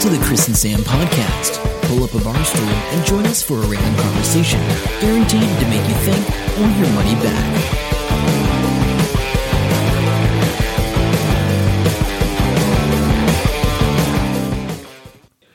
to the Chris and Sam podcast. Pull up a bar stool and join us for a random conversation, guaranteed to make you think or your money back.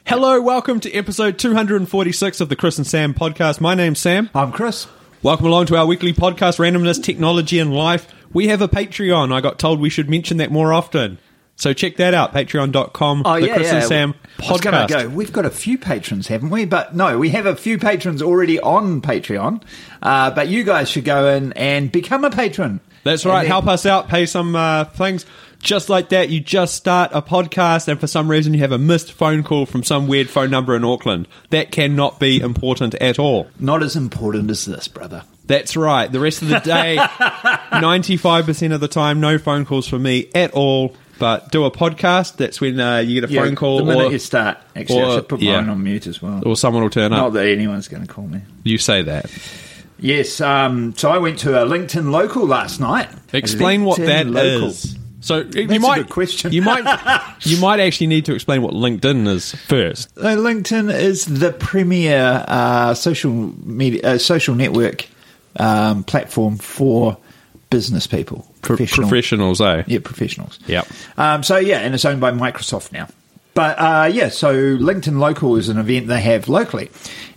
Hello, welcome to episode 246 of the Chris and Sam podcast. My name's Sam. I'm Chris. Welcome along to our weekly podcast, Randomness, Technology, and Life. We have a Patreon. I got told we should mention that more often. So check that out, patreon.com, Oh the yeah, Chris yeah. and Sam I was gonna podcast. go. We've got a few patrons, haven't we? But no, we have a few patrons already on Patreon. Uh, but you guys should go in and become a patron. That's And right. then- Help us out. Pay some uh, things. Just like that, you just start a podcast, and for some reason, you have a missed phone call from some weird phone number in Auckland. That cannot be important at all. Not as important as this, brother. That's right. The rest of the day, 95% of the time, no phone calls for me at all. But do a podcast. That's when uh, you get a Yeah, phone call The minute or, you start, actually, I or- should put yeah. mine on mute as well. or someone will turn Not up. that anyone's going to call me. You say that. Yes. Um, so I went to a LinkedIn local last night. Explain what LinkedIn that is. local. So a you might good question. you might you might actually need to explain what LinkedIn is first. So LinkedIn is the premier uh, social media uh, social network um, platform for business people, Pro- professional, Professionals, eh? yeah, professionals. Yep. Um, so yeah, and it's owned by Microsoft now. But uh, yeah, so LinkedIn Local is an event they have locally,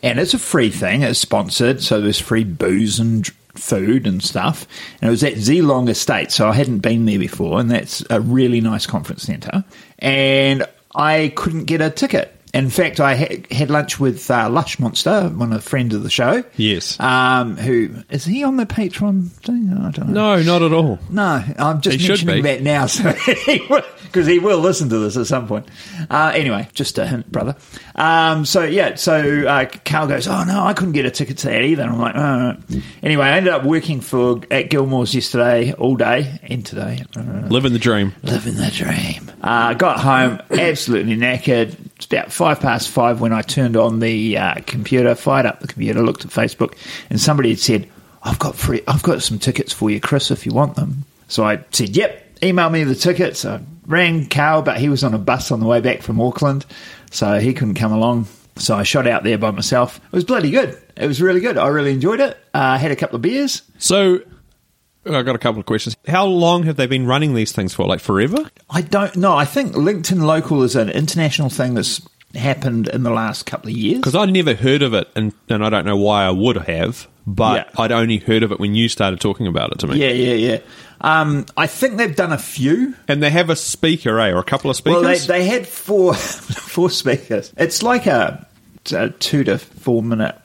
and it's a free thing. It's sponsored, so there's free booze and dr- food and stuff. And it was at Geelong Estate, so I hadn't been there before, and that's a really nice conference centre. And I couldn't get a ticket. In fact, I ha- had lunch with uh, Lush Monster, one of the friends of the show. Yes. Um, who is he on the Patreon thing? I don't know. No, not at all. No, I'm just He should mentioning be. that now, so because he will listen to this at some point. Uh, anyway, just a hint, brother. Um, so yeah, so uh, Carl goes, "Oh no, I couldn't get a ticket to that either." And I'm like, "Oh." Anyway, I ended up working for at Gilmore's yesterday, all day and today. Uh, Living the dream. living the dream. Uh, got home absolutely knackered. It's about five past five when I turned on the uh, computer, fired up the computer, looked at Facebook, and somebody had said, "I've got free, I've got some tickets for you, Chris, if you want them." So I said, "Yep." Email me the tickets. I rang Carl, but he was on a bus on the way back from Auckland, so he couldn't come along. So I shot out there by myself. It was bloody good. It was really good. I really enjoyed it. Uh, I had a couple of beers. So I got a couple of questions. How long have they been running these things for? Like forever? I don't know. I think LinkedIn Local is an international thing that's happened in the last couple of years. Because I'd never heard of it, and, and I don't know why I would have, but Yeah. I'd only heard of it when you started talking about it to me. Yeah, yeah, yeah. Um, I think they've done a few. And they have a speaker, eh, or a couple of Well, speakers? they, they had four four speakers. It's like a, a two to four minute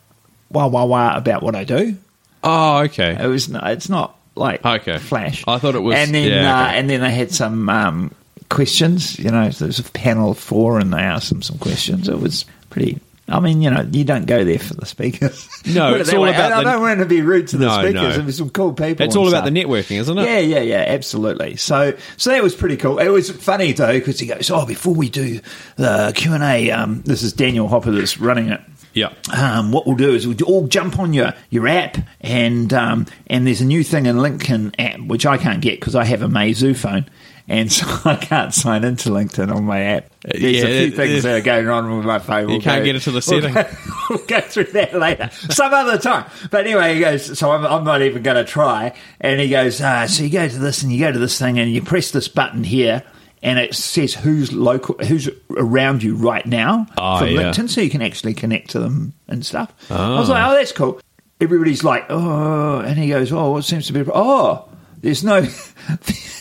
wah wah wah about what I do. oh, okay. It was no, it's not like Okay. flash. I thought it was- And then yeah, uh, okay. and then they had some um, questions. You know, there's a panel of four, and they asked them some questions. It was pretty. I mean, you know, you don't go there for the speakers. No, Put it it's that all way. about And I the- don't want to be rude to the No, speakers. no. It was some cool people. It's and all about stuff. the networking, isn't it? Yeah, yeah, yeah, absolutely. So, so that was pretty cool. It was funny though because he goes, "Oh, before we do the Q and A, um, this is Daniel Hopper that's running it." Yeah. Um, what we'll do is we'll all jump on your your app, and um, and there's a new thing in LinkedIn app which I can't get because I have a Meizu phone. And so I can't sign into LinkedIn on my app. There's Uh, Yeah, a few it- things it- that are going on with my phone. We'll can't go- get into the we'll go- We'll go through that later, some other time. But anyway, he goes. So I'm, I'm not even going to try. And he goes. Uh, so you go to this and you go to this thing and you press this button here, and it says who's local, who's around you right now Oh, from yeah. LinkedIn, so you can actually connect to them and stuff. I was Ah. like, oh, that's cool. Everybody's like, oh, and he goes, oh, what seems to be, oh, there's no,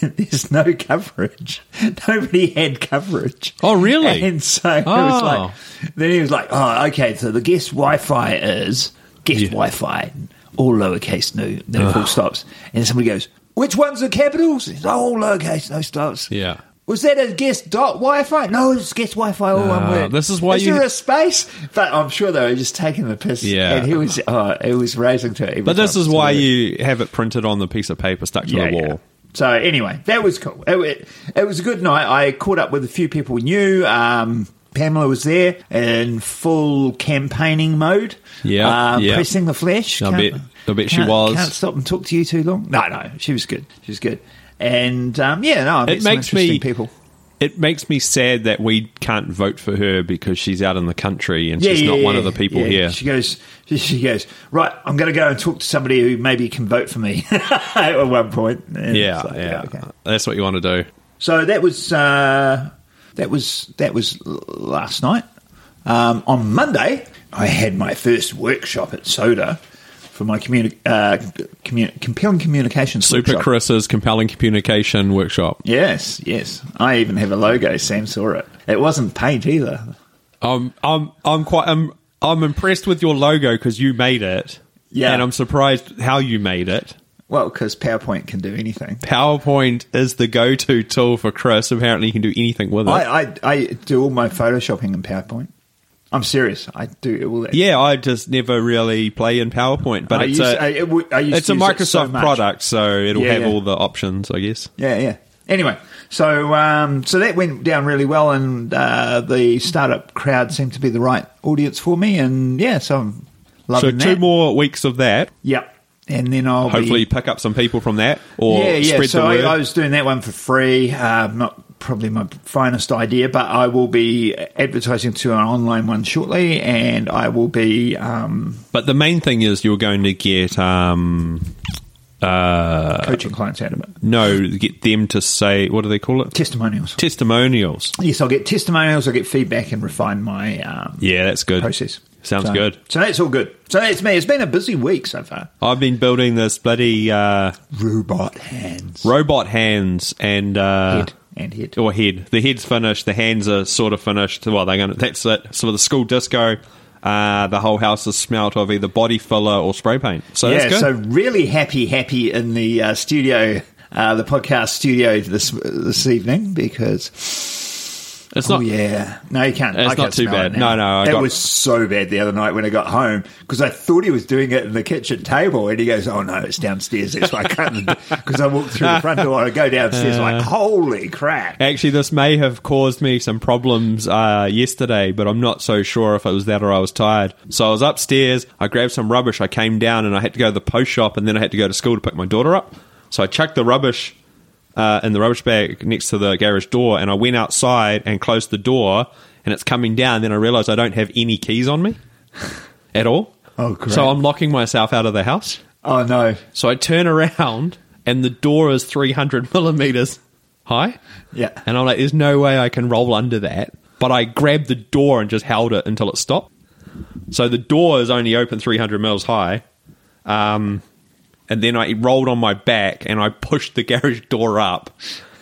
there's no coverage. Nobody had coverage. Oh, really? Ah. And so it was like, then he was like, oh, okay, so the guest Wi-Fi is guest Wi-Fi, all lowercase, no, Ah. no full stops. And somebody goes, which one's the capitals? It's all lowercase, no stops. Yeah. Was that a guest dot Wi-Fi? No, it's guest Wi-Fi. All one Ah, word. this is why is you- there a space? But I'm sure they were just taking the piss. Yeah. and he was. Oh, it was raising to it. every But this time. is why you have it printed on the piece of paper stuck to Yeah, the wall. yeah. So anyway, that was cool. It, it, it was a good night. I caught up with a few people we knew. Um, Pamela was there in full campaigning mode. Yeah, Um, yeah. pressing the flesh. I Can't- bet- I bet she can't- was. Can't stop and talk to you too long. No, no, she was good. She was good. And um, yeah, no, I met It some makes interesting me people. it makes me sad that we can't vote for her because she's out in the country and Yeah, she's yeah, not yeah, one of the people yeah. here. She goes, she- she goes, right. I'm going to go and talk to somebody who maybe can vote for me at one point. And yeah, it's like, yeah. okay. That's what you want to do. So that was uh, that was that was l- last night. Um, on Monday, I had my first workshop at Soda for my communi- uh, commu- compelling communications Super workshop. Chris's compelling communication workshop. Yes, yes. I even have a logo. Sam saw it. It wasn't paint either. Um, I'm I'm quite I'm I'm impressed with your logo because you made it. Yeah. and I'm surprised how you made it. Well, because PowerPoint can do anything. PowerPoint is the go-to tool for Chris. Apparently, he can do anything with it. I, I, I do all my photoshopping in PowerPoint. I'm serious. I do all that. yeah, I just never really play in PowerPoint, but I it's used- a I- it would- I used it's to a use it Microsoft so much. product, so it'll Yeah, have yeah. all the options, I guess. Yeah, yeah. Anyway, so um, so that went down really well, and uh, the startup crowd seemed to be the right audience for me, and yeah, so I'm So loving two that. more weeks of that. Yep. And then I'll be- Hopefully, pick up some people from that or yeah, yeah. spread so the I, word. I was doing that one for free. Uh, not probably my finest idea, but I will be advertising to an online one shortly, and I will be um, but the main thing is you're going to get um, uh, coaching clients out of it. no, get them to say what do they call it? Testimonials. Testimonials. Yes, I'll get testimonials. I'll get feedback and refine my um, Yeah, that's good. process. Sounds So- good. So that's all good. So that's me. It's been a busy week so far. I've been building this bloody uh, Robot hands. robot hands and uh, Head and head. or head. The head's finished. The hands are sort of finished. Well, they're going. to That's it. So the school disco, uh, the whole house is smelt of either body filler or spray paint. So yeah, that's good. so really happy, happy in the uh, studio, uh, the podcast studio this this evening because it's oh not. yeah, no, you can't. It's I can't not too smell bad. it now. No, no, I that got- was so bad the other night when I got home because I thought he was doing it in the kitchen table, and he goes, "Oh no, it's downstairs." That's why I can't because I walked through the front door. I go downstairs Uh. like, "Holy crap!" Actually, this may have caused me some problems uh, yesterday, but I'm not so sure if it was that or I was tired. So I was upstairs, I grabbed some rubbish, I came down, and I had to go to the post shop, and then I had to go to school to pick my daughter up. So I chucked the rubbish uh, in the rubbish bag next to the garage door, and I went outside and closed the door, and it's coming down. Then I realised I don't have any keys on me at all. Oh, great. So I'm locking myself out of the house. Oh no, So I turn around, and the door is 300 millimeters high. yeah. And I'm like, there's no way I can roll under that. But I grabbed the door and just held it until it stopped. So the door is only open 300 mils high. Um, and then I rolled on my back and I pushed the garage door up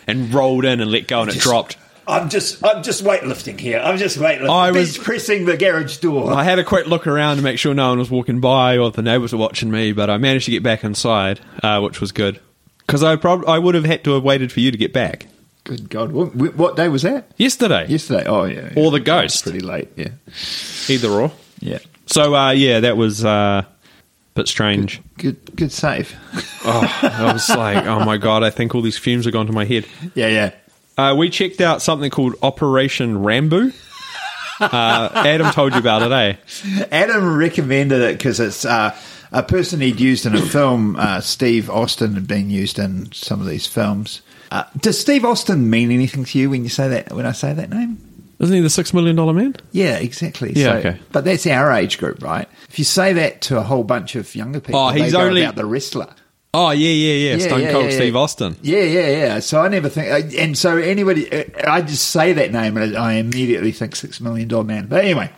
and rolled in and let go and it dropped. I'm just I'm just weightlifting here. I'm just weightlifting. I I was- was pressing the garage door. I had a quick look around to make sure no one was walking by or if the neighbors were watching me, but I managed to get back inside, uh, which was good. Because I, prob- I would have had to have waited for you to get back Good God, what, what day was that? yesterday, Yesterday. Oh yeah, yeah. Or the ghost. Pretty late. Yeah, either or. yeah. So, uh, yeah, that was uh, a bit strange. Good, good save. Oh, I was like, oh my god, I think all these fumes have gone to my head. yeah, yeah. Uh, we checked out something called Operation Rambo. Uh, Adam told you about it, eh? Adam recommended it because it's uh, a person he'd used in a film. Uh, Steve Austin had been used in some of these films. Uh, does Steve Austin mean anything to you when you say that? When I say that name? Isn't he the six million dollar man? Yeah, exactly. Yeah, okay. But that's our age group, right? If you say that to a whole bunch of younger people, Oh, he's they go only- about the wrestler. Oh yeah, yeah, yeah. Stone Cold Steve Austin. Yeah, yeah, yeah. So I never think, uh, and so anybody, uh, I just say that name and I immediately think Six Million Dollar Man. But anyway,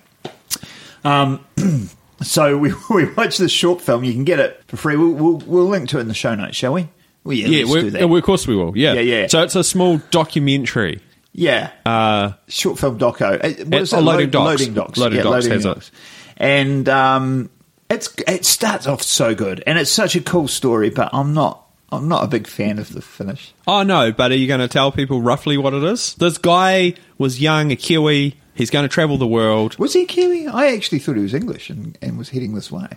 um, so we we watched this short film. You can get it for free. We'll we'll, we'll link to it in the show notes, shall we? Well, yeah, Yeah, let's do we that. we- of course we will. Yeah, Yeah, yeah. So it's a small documentary. Yeah. Uh, Short film doco. Uh, What It's- is it? oh, Loading Load- Docks. Loading Docks. Loading yeah, Docks has it. And um, it's it starts off so good, and it's such a cool story. But I'm not I'm not a big fan of the finish. Oh no, but are you going to tell people roughly what it is? This guy was young, a Kiwi. He's going to travel the world. Was he Kiwi? I actually thought he was English and, and was heading this way.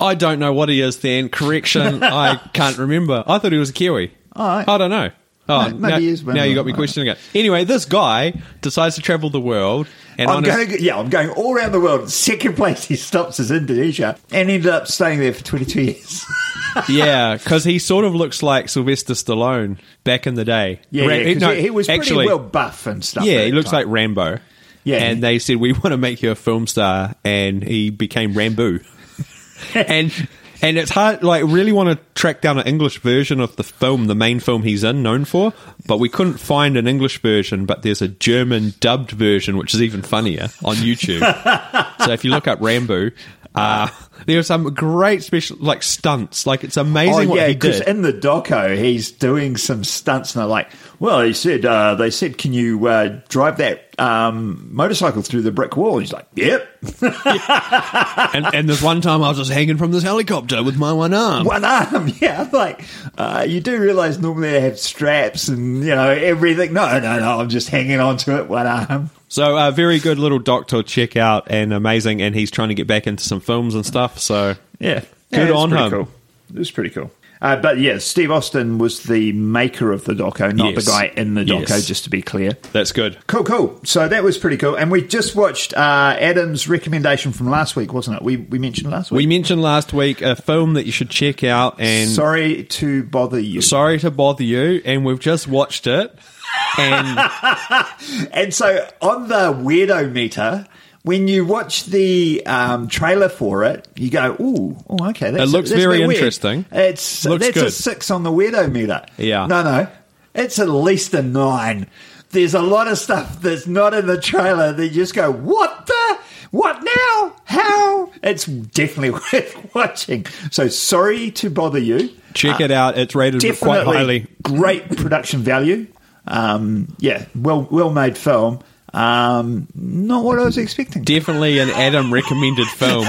I don't know what he is then. Correction, I can't remember. I thought he was a Kiwi. All right. I don't know. Oh, No, maybe now, he is, but now you got me I don't questioning it. Anyway, this guy decides to travel the world, and I'm on his- going, yeah, I'm going all around the world. Second place he stops is Indonesia and ended up staying there for 22 years. yeah, because he sort of looks like Sylvester Stallone back in the day. Yeah, Ra- yeah, 'cause no, he, he was actually, pretty well buff and stuff. Yeah, at he the looks time. like Rambo. Yeah. and they said we want to make you a film star, and he became Rambo. and and it's hard, like really want to track down an English version of the film, the main film he's in, known for, but we couldn't find an English version. But there's a German dubbed version, which is even funnier on YouTube. so if you look up Rambo. Uh, there are some great special like stunts. Like it's Oh amazing what yeah, he because did. in the doco he's doing some stunts, and they're like, "Well, he said uh, they said, can you uh, drive that um, motorcycle through the brick wall?" He's like, "Yep, and, and there's one time I was just hanging from this helicopter with my one arm. one arm." Yeah, I'm like, uh, you do realize normally they have straps and you know everything. No, no, no, I'm just hanging on to it, one arm. So uh, very good little doctor check out and amazing, and he's trying to get back into some films and stuff. So Yeah, Good it's on pretty him. Cool. It was pretty cool. Uh, but yeah, Steve Austin was the maker of the doco, not Yes. the guy in the doco. Yes. Just to be clear. that's good. Cool, cool. So that was pretty cool. And we just watched uh, Adam's recommendation from last week, wasn't it? We, we mentioned last We week. mentioned last week a film that you should check out, and sorry, Sorry to bother you. to bother you, and we've just watched it, and And so on the weirdo meter, when you watch the um, trailer for it, you go, "Ooh, oh, okay." That's, It looks that's a bit very weird." interesting. It's Looks that's a good. six on the weirdo meter. Yeah. No, no, it's at least a nine. There's a lot of stuff that's not in the trailer that you just go, "What the? What now? How?" It's definitely worth watching. So sorry to bother you. check it out. It's rated Definitely quite highly. great production value. Um, yeah, well well made film. Um, not what I was expecting. Definitely an Adam recommended film.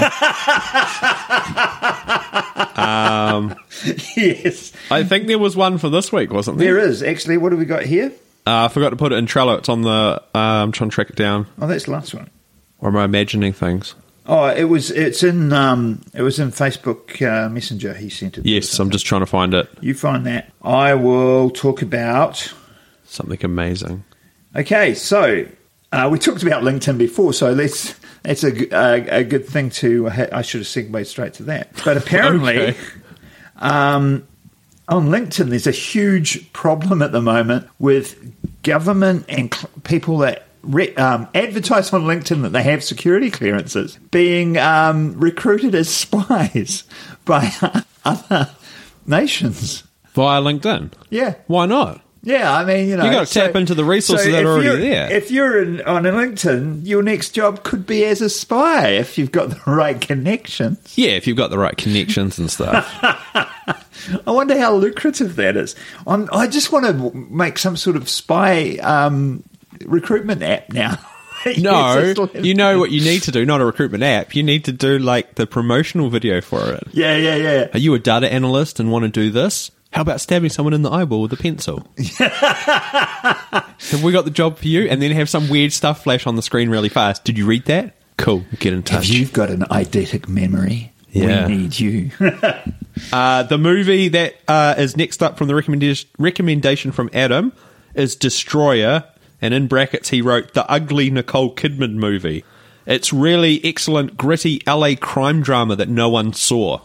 yes, I think there was one for this week, wasn't there? there is actually. What have we got here? Uh, I forgot to put it in Trello. It's on the. Uh, I'm trying to track it down. Oh, that's the last one. Or am I imagining things? Oh, it was. It's in. Um, it was in Facebook uh, Messenger. He sent it. Yes, I'm just trying to find it. You find that. I will talk about. Something amazing. Okay, so uh, we talked about LinkedIn before, so let's. That's a, g- a, a good thing to. I should have segued straight to that. But apparently, Okay. um, on LinkedIn, there's a huge problem at the moment with government and cl- people that. Re- um, advertise on LinkedIn that they have security clearances being um, recruited as spies by other nations. Via LinkedIn. Yeah. Why not? Yeah, I mean, you know, You gotta tap into the resources that if are already you're- there. If you're in, on LinkedIn, your next job could be as a spy if you've got the right connections. Yeah, if you've got the right connections and stuff. I wonder how lucrative that is. On, I just want to make some sort of spy um, recruitment app now. No, Yes, it's like- you know what you need to do, not a recruitment app. You need to do like the promotional video for it. Yeah, yeah, yeah. Are you a data analyst and want to do this? How about stabbing someone in the eyeball with a pencil? have we got the job for you? And then have some weird stuff flash on the screen really fast. Did you read that? Cool. Get in If touch. you've got an eidetic memory, Yeah. we need you. Uh, the movie that uh, is next up from the recommendation recommendation from Adam is Destroyer, and in brackets he wrote the ugly Nicole Kidman movie. It's really excellent, gritty LA crime drama that no one saw.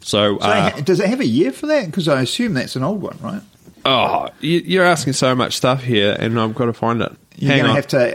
So, uh, Does it have a year for that? Because I assume that's an old one, right? oh, you- you're asking so much stuff here, and I've got to find it. You're Hang going to on. have to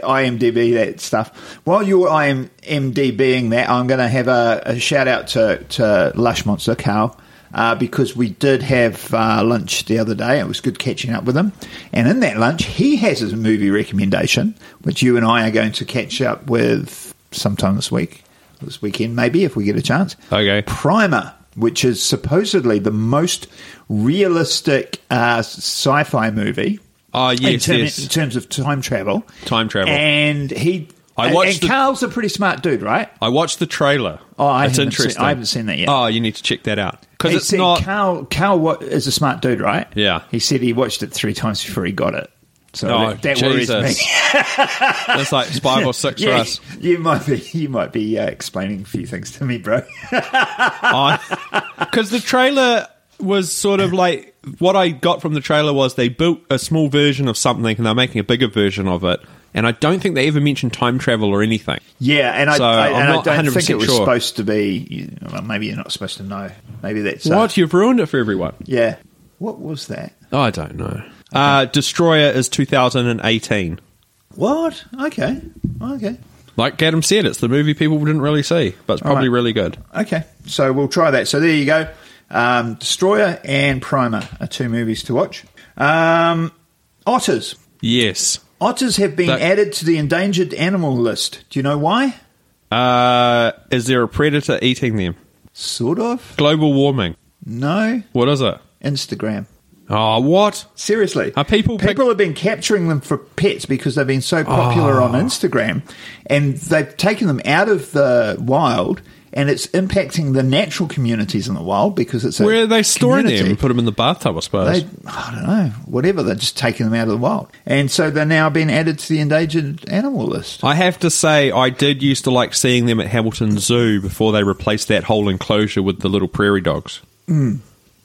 IMDb that stuff. While you're IMDbing that, I'm going to have a, a shout out to, to Lush Monster Carl uh, because we did have uh, lunch the other day. It was good catching up with him. And in that lunch, he has his movie recommendation, which you and I are going to catch up with sometime this week, this weekend maybe, if we get a chance. Okay. Primer, which is supposedly the most realistic uh, sci fi movie Oh, in, yes, term- in yes. terms of time travel. Time travel. And he. I and- watched and the- Carl's a pretty smart dude, right? I watched the trailer. Oh, I it's haven't seen- interesting. I haven't seen that yet. Oh, you need to check that out because He it's said not. Carl. Carl wa- is a smart dude, right? Yeah. He said he watched it three times before he got it. So Oh, that, that worries Jesus. me. It's like five or six for Yeah, us. you might be you might be uh, explaining a few things to me, bro. because the trailer was sort of like what I got from the trailer was they built a small version of something and they're making a bigger version of it, and I don't think they ever mentioned time travel or anything. Yeah, and I, So I, I'm and I not don't think it 100% was sure. supposed to be. you- Well, maybe you're not supposed to know. Maybe that's uh, What? You've ruined it for everyone. Yeah. What was that? Oh, I don't know. Uh, Destroyer is 2018. What? Okay. Okay. Like Adam said, it's the movie people didn't really see, but it's probably right. really good. Okay. So we'll try that. So there you go. Um, Destroyer and Primer are two movies to watch. Um, otters. Yes. Otters have been That- added to the endangered animal list. Do you know why? Uh, is there a predator eating them? Sort of. Global warming. No. What is it? Instagram. Oh, what? Seriously, Are people pick- people have been capturing them for pets because they've been so popular Oh. on Instagram, and they've taken them out of the wild, and it's impacting the natural communities in the wild because it's a Where are they storing them? community. Put them in the bathtub, I suppose. They, I don't know, whatever. They're just taking them out of the wild, and so they're now being added to the endangered animal list. I have to say, I did used to like seeing them at Hamilton Zoo before they replaced that whole enclosure with the little prairie dogs.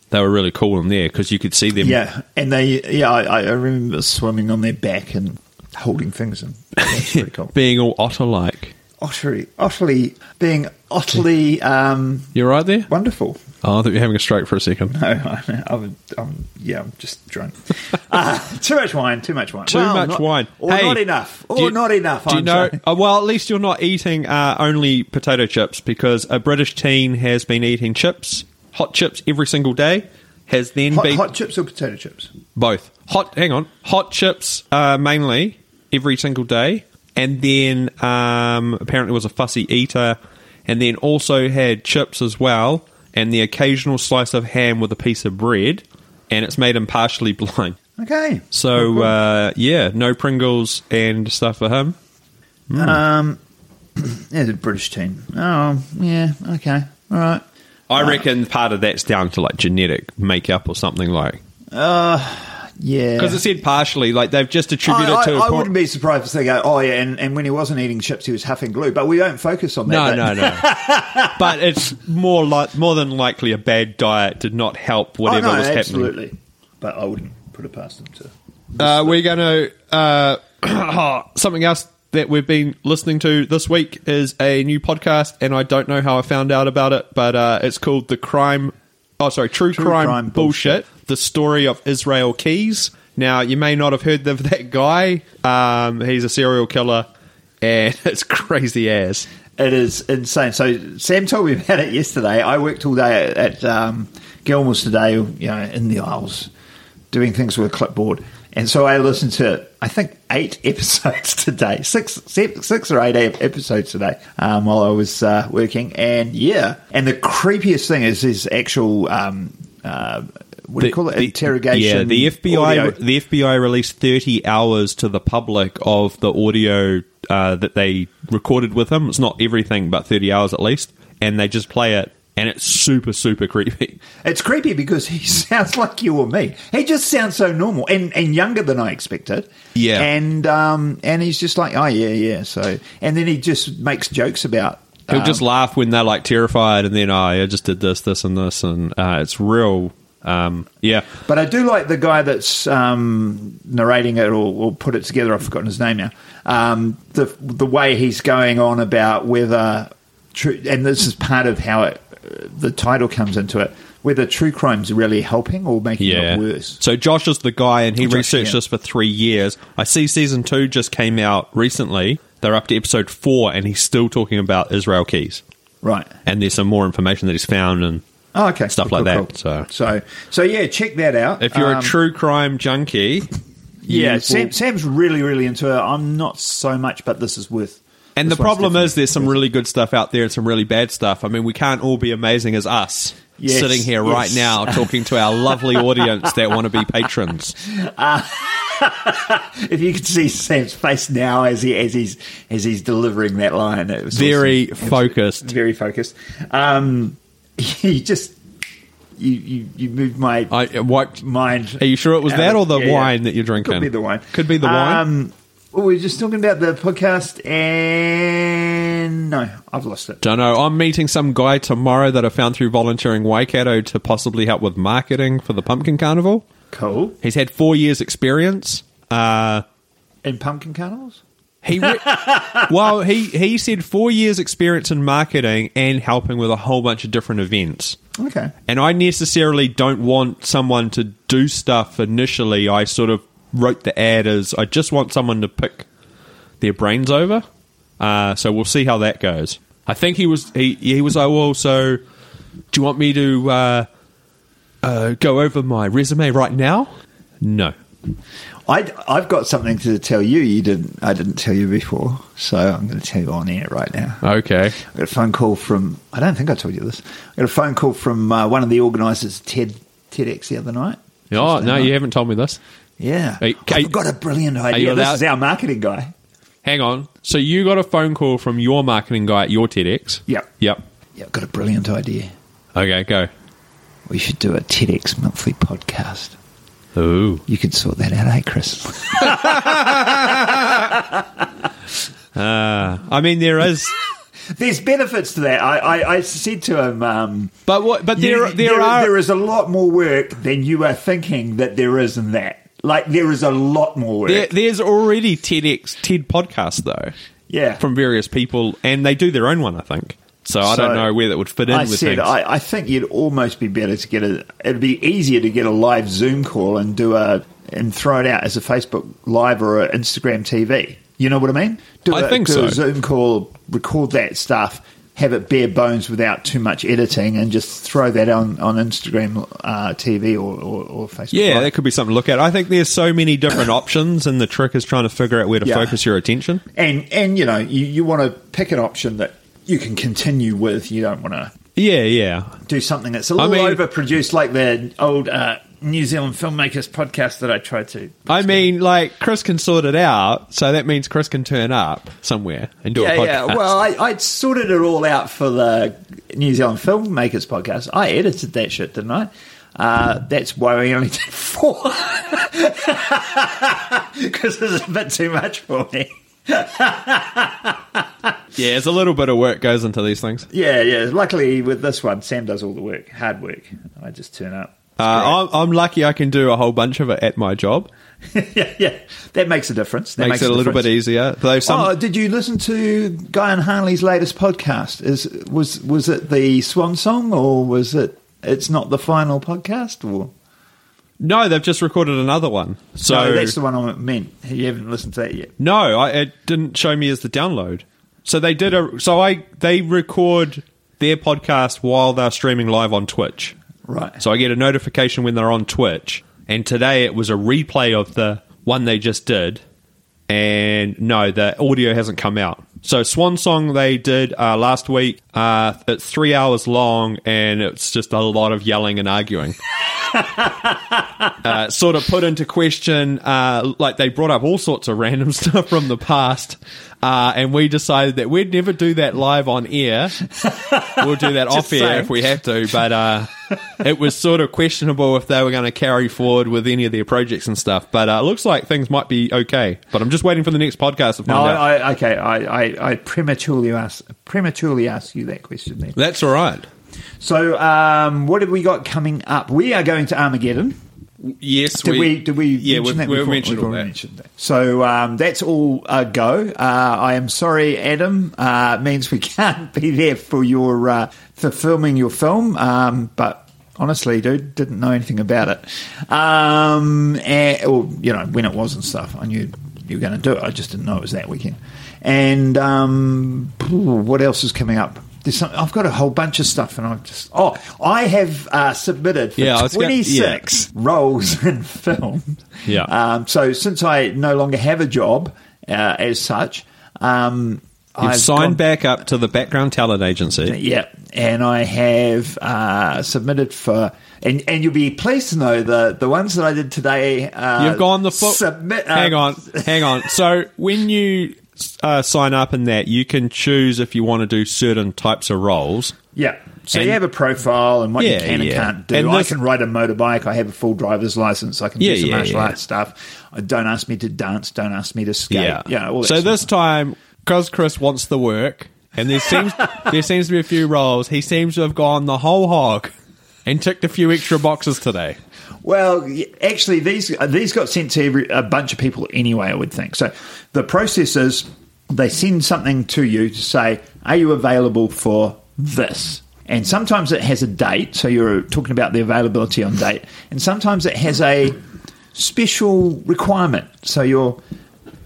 They were really cool in there because you could see them. Hmm. Yeah, and they, yeah, I, I remember swimming on their back and holding things, and that's pretty cool. Being all otter like. Otterly, utterly being utterly um, You right there? wonderful. Oh, I thought you were having a stroke for a second. No, I'm, I'm, I'm yeah, I'm just drunk. uh, too much wine, too much wine. Too Well, much not- wine. Or Hey, not enough. Or do you- not enough. Do you I'm know? sorry. oh, well, at least you're not eating uh, only potato chips because a British teen has been eating chips, hot chips, every single day. Has then Hot, been hot chips or potato chips? Both hot. Hang on, hot chips uh, mainly every single day, and then um, apparently was a fussy eater, and then also had chips as well, and the occasional slice of ham with a piece of bread, and it's made him partially blind. Okay. Mm-hmm. So uh, yeah, no Pringles and stuff for him. Um, yeah, the British team. Oh, yeah. Okay. All right. I reckon part of that's down to like genetic makeup or something like Yeah. because it said partially like they've just attributed I, to. I, a I por- wouldn't be surprised if they go, oh, yeah, and, and when he wasn't eating chips, he was huffing glue. But we don't focus on that. No, but- no, no. but it's more like more than likely a bad diet did not help whatever oh, no, was absolutely. But I wouldn't put it past them to. happening. Uh, we're going to uh, something else that we've been listening to this week is a new podcast, and I don't know how I found out about it, but uh, it's called the Crime. Oh, sorry, True, Crime, Crime Bullshit: The Story of Israel Keys. Now, you may not have heard of that guy. Um, he's a serial killer, and it's crazy as. It is insane. So Sam told me about it yesterday. I worked all day at, at um, Gilmore's today, you know, in the aisles, doing things with a clipboard. And so I listened to, I think, eight episodes today, six, seven, six or eight ep- episodes today um, while I was uh, working. And yeah, and the creepiest thing is his actual, um, uh, what do you call it, interrogation. Yeah, the FBI audio. the FBI released 30 hours to the public of the audio uh, that they recorded with him. It's not everything, but 30 hours at least, and they just play it, and it's super super creepy. It's creepy because he sounds like you or me. He just sounds so normal and, and younger than I expected. Yeah. and um, and he's just like, oh yeah, yeah. So and then he just makes jokes about. He'll um, just laugh when they're like terrified, and then oh, I just did this, this, and this, and uh, it's real. Um, yeah, but I do like the guy that's um, narrating it or, or put it together. I've forgotten his name now. Um, the the way he's going on about whether true, and this is part of how it, uh, the title comes into it. Whether true crime's really helping or making yeah. it worse. So Josh is the guy, and he Josh, researched yeah. this for three years. I see season two just came out recently. They're up to episode four, and he's still talking about Israel Keys. Right. and there's some more information that he's found and Oh, okay. stuff Cool, like cool, that. cool. So so, so yeah, check that out. if you're Um, a true crime junkie, yeah, you Sam, will- Sam's really, really into it. I'm not so much, but this is worth. and the this one's problem definitely is there's some worth really good stuff out there and some really bad stuff. I mean, we can't all be amazing as us. Yes, sitting here right yes. now talking to our lovely audience that want to be patrons. it. If you could see Sam's face now as he as he's as he's delivering that line, it was Very awesome. It was focused. very focused. Um, you just you you, you moved my I wiped. mind. Are you sure it was out that of- or the yeah, yeah. wine that you're drinking? Could be the wine. Could be the wine. Um, well, we we're just talking about the podcast, and no, I've lost it. Don't know. I'm meeting some guy tomorrow that I found through volunteering Waikato to possibly help with marketing for the Pumpkin Carnival. Cool. He's had four years' experience. Uh, And pumpkin kernels? He re- well, he he said four years experience in marketing and helping with a whole bunch of different events. Okay. And I necessarily don't want someone to do stuff initially. I sort of wrote the ad as I just want someone to pick their brains over. Uh, so we'll see how that goes. I think he was he he was like, well, so do you want me to uh, uh, go over my resume right now? No. I, I've got something to tell you. You didn't. I didn't tell you before, so I'm going to tell you on air right now. Okay. I got a phone call from. I don't think I told you this. I got a phone call from uh, one of the organisers of TED TEDx the other night. Oh Tuesday no, night. you haven't told me this. Yeah, Hey, Kate- I've got a brilliant idea. allowed- This is our marketing guy. Hang on. So you got a phone call from your marketing guy at your TEDx? Yep. Yep. Yeah, I've got a brilliant idea. Okay, go. We should do a TEDx monthly podcast. Ooh. You could sort that out, eh, Chris? I mean, there is, There's benefits to that. I, I, I said to him, um, but what? But there, you- there, are. there is a lot more work than you are thinking that there is in that. Like there is a lot more work. there, there's already TEDx TED podcasts though. Yeah. From various people, and they do their own one, I think. So I So- don't know where that would fit in I with said things. I, I think you'd almost be better to get a. It'd be easier to get a live Zoom call and do a and throw it out as a Facebook Live or an Instagram TV. You know what I mean? Do I a- think do so. a Zoom call, record that stuff, have it bare bones without too much editing, and just throw that on on Instagram uh, TV or, or, or Facebook. yeah, Live. that could be something to look at. I think there's so many different options, and the trick is trying to figure out where to Yeah. focus your attention. and and you know you, you want to pick an option that you can continue with. You don't want to Yeah, yeah. do something that's a I little mean- overproduced, like the old uh, New Zealand filmmakers podcast that I tried to. I mean, like Chris can sort it out, so that means Chris can turn up somewhere and do a Yeah, podcast. yeah. Well, I, I sorted it all out for the New Zealand filmmakers podcast. I edited that shit, didn't I? Uh, that's why we only did four because it's a bit too much for me. yeah, there's a little bit of work goes into these things. Yeah, yeah. Luckily, with this one, Sam does all the work, hard work. I just turn up. Uh, I'm, I'm lucky I can do a whole bunch of it at my job. yeah, yeah. That makes a difference. That makes, it a little difference. bit easier. Though some, oh, did you listen to Guy and Harley's latest podcast? Is was was it the Swan Song or was it? It's not the final podcast. Or no, they've just recorded another one. So no, that's the one I meant. You haven't listened to that yet. No, I, it didn't show me as the download. So they did a. So I they record their podcast while they're streaming live on Twitch. Right. So I get a notification when they're on Twitch. And today it was a replay of the one they just did. And no, the audio hasn't come out. So Swan Song they did uh, last week. Uh, it's three hours long, and it's just a lot of yelling and arguing uh, sort of put into question. Uh, like they brought up all sorts of random stuff from the past, uh, and we decided that we'd never do that live on air. We'll do that off air saying. if we have to, but uh, it was sort of questionable if they were going to carry forward with any of their projects and stuff. But uh, it looks like things might be okay. But I'm just waiting for the next podcast to find No, out. Oh, I, I, okay. I, I, I prematurely ask prematurely ask you that question then. That's all right. So, um, what have we got coming up? We are going to Armageddon. Yes, Did we, did we yeah, mention we've, we've that before? mentioned We've all already that. mentioned that. So um, that's all a go. Uh, I am sorry, Adam. Uh, it means we can't be there for your uh, for filming your film. Um, but honestly, dude, didn't know anything about it. Um, and, or you know when it was and stuff. I knew you were going to do it. I just didn't know it was that weekend. And um, what else is coming up? There's some, I've got a whole bunch of stuff, and I've just oh, I have uh, submitted for Yeah, I was gonna- yeah. 26 roles in film. Yeah. Um, so since I no longer have a job uh, as such, um, You've I've signed gone- back up to the background talent agency. Yeah, and I have uh, submitted for. And, and you'll be pleased to know the the ones that I did today. Uh, You've gone the full. submit. uh, hang on, hang on. So when you uh, sign up in that, you can choose if you want to do certain types of roles. Yeah. So And- you have a profile and what Yeah, you can and yeah. can't do. And I this- can ride a motorbike. I have a full driver's license. I can Yeah, do some yeah, martial yeah. arts stuff. Uh, Don't ask me to dance. Don't ask me to skate. Yeah. all that so sort of this time, because Chris wants the work, and there seems there seems to be a few roles, he seems to have gone the whole hog. and ticked a few extra boxes today. Well, y- actually, these these got sent to every, a bunch of people anyway. I would think so. The process is they send something to you to say, "Are you available for this?" And sometimes it has a date, so you're talking about the availability on date. And sometimes it has a special requirement, so you're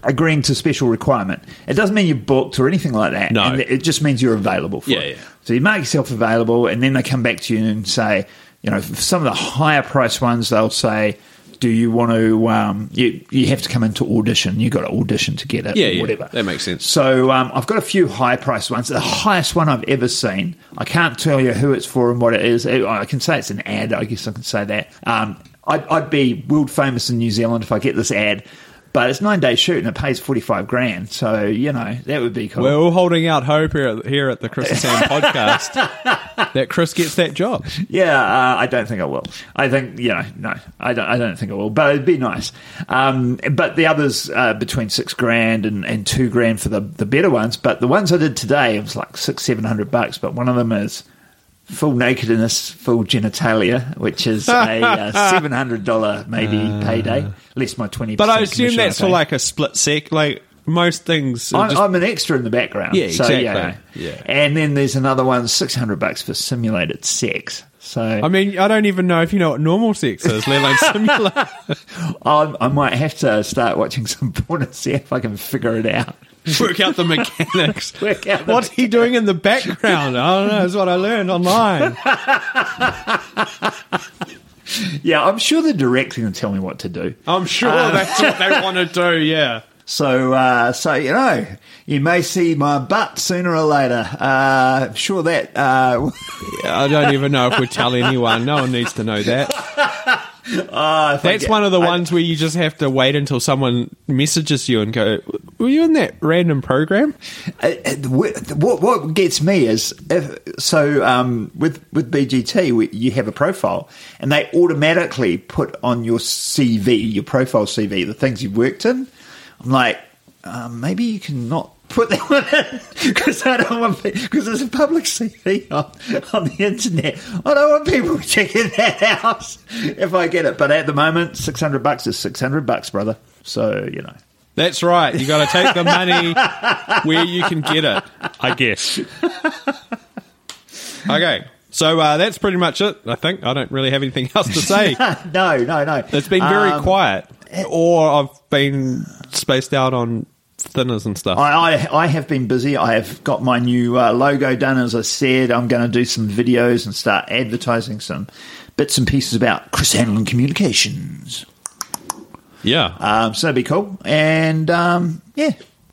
agreeing to special requirement. It doesn't mean you're booked or anything like that. No. And it just means you're available for Yeah, it. yeah. So you make yourself available, and then they come back to you and say, you know, for some of the higher price ones, they'll say, do you want to? Um, you you have to come into audition. You got to audition to get it. Yeah, or yeah, whatever. that makes sense. So um, I've got a few high priced ones. The highest one I've ever seen. I can't tell you who it's for and what it is. It- I can say it's an ad. I guess I can say that. Um, I'd, I'd be world famous in New Zealand if I get this ad. But it's nine day shoot and it pays forty five grand. So you know that would be cool. We're all holding out hope here, here at the Chris and Sam podcast that Chris gets that job. Yeah, uh, I don't think I will. I think you know, no, I don't. I don't think I will. But it'd be nice. Um, but the others uh, between six grand and, and two grand for the the better ones. But the ones I did today, it was like six seven hundred bucks. But one of them is full nakedness, full genitalia, which is a uh, seven hundred dollar maybe payday, less my twenty. Uh. But I assume that's eh? for like a split sec. Like most things, are I'm, just- I'm an extra in the background. Yeah, so, exactly. Yeah. And then there's another one, six hundred bucks for simulated sex. So I mean, I don't even know if you know what normal sex is, let alone simulate. I, I might have to start watching some porn and see if I can figure it out. Work out the mechanics. Work out the What's he doing in the background? I don't know. Is what I learned online. Yeah, I'm sure they're directing and telling me what to do. I'm sure that's what they want to do. Yeah. So, uh, so you know, you may see my butt sooner or later. Uh, sure that. Uh, I don't even know if we tell anyone. No one needs to know that. That's one of the ones where you just have to wait until someone messages you and go, "Were you in that random program?" Uh, uh, wh- what what gets me is if, so um, with with BGT we, you have a profile and they automatically put on your CV your profile CV the things you've worked in. I'm like um, maybe you can not put that one in because I don't want because there's a public CV on, on the internet. I don't want people checking that out if I get it. But at the moment, six hundred bucks is six hundred bucks, brother. So you know. That's right. You got to take the money where you can get it. I guess. Okay. So uh, that's pretty much it. I think I don't really have anything else to say. no, no, no. It's been very Um, quiet, or I've been spaced out on thinners and stuff. I, I, I have been busy. I have got my new uh, logo done, as I said. I'm going to do some videos and start advertising some bits and pieces about Chris Hanlon Communications. yeah. Um, so that'd be cool. And um, yeah,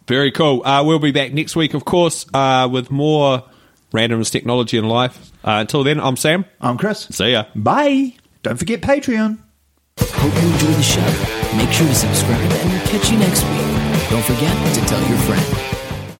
Very cool. Uh, we'll be back next week, of course, uh, with more randomness technology and life. Uh, until then, I'm Sam. I'm Chris. See ya. Bye. Don't forget Patreon. Hope you enjoy the show. Make sure to subscribe and we'll catch you next week. Don't forget to tell your friend.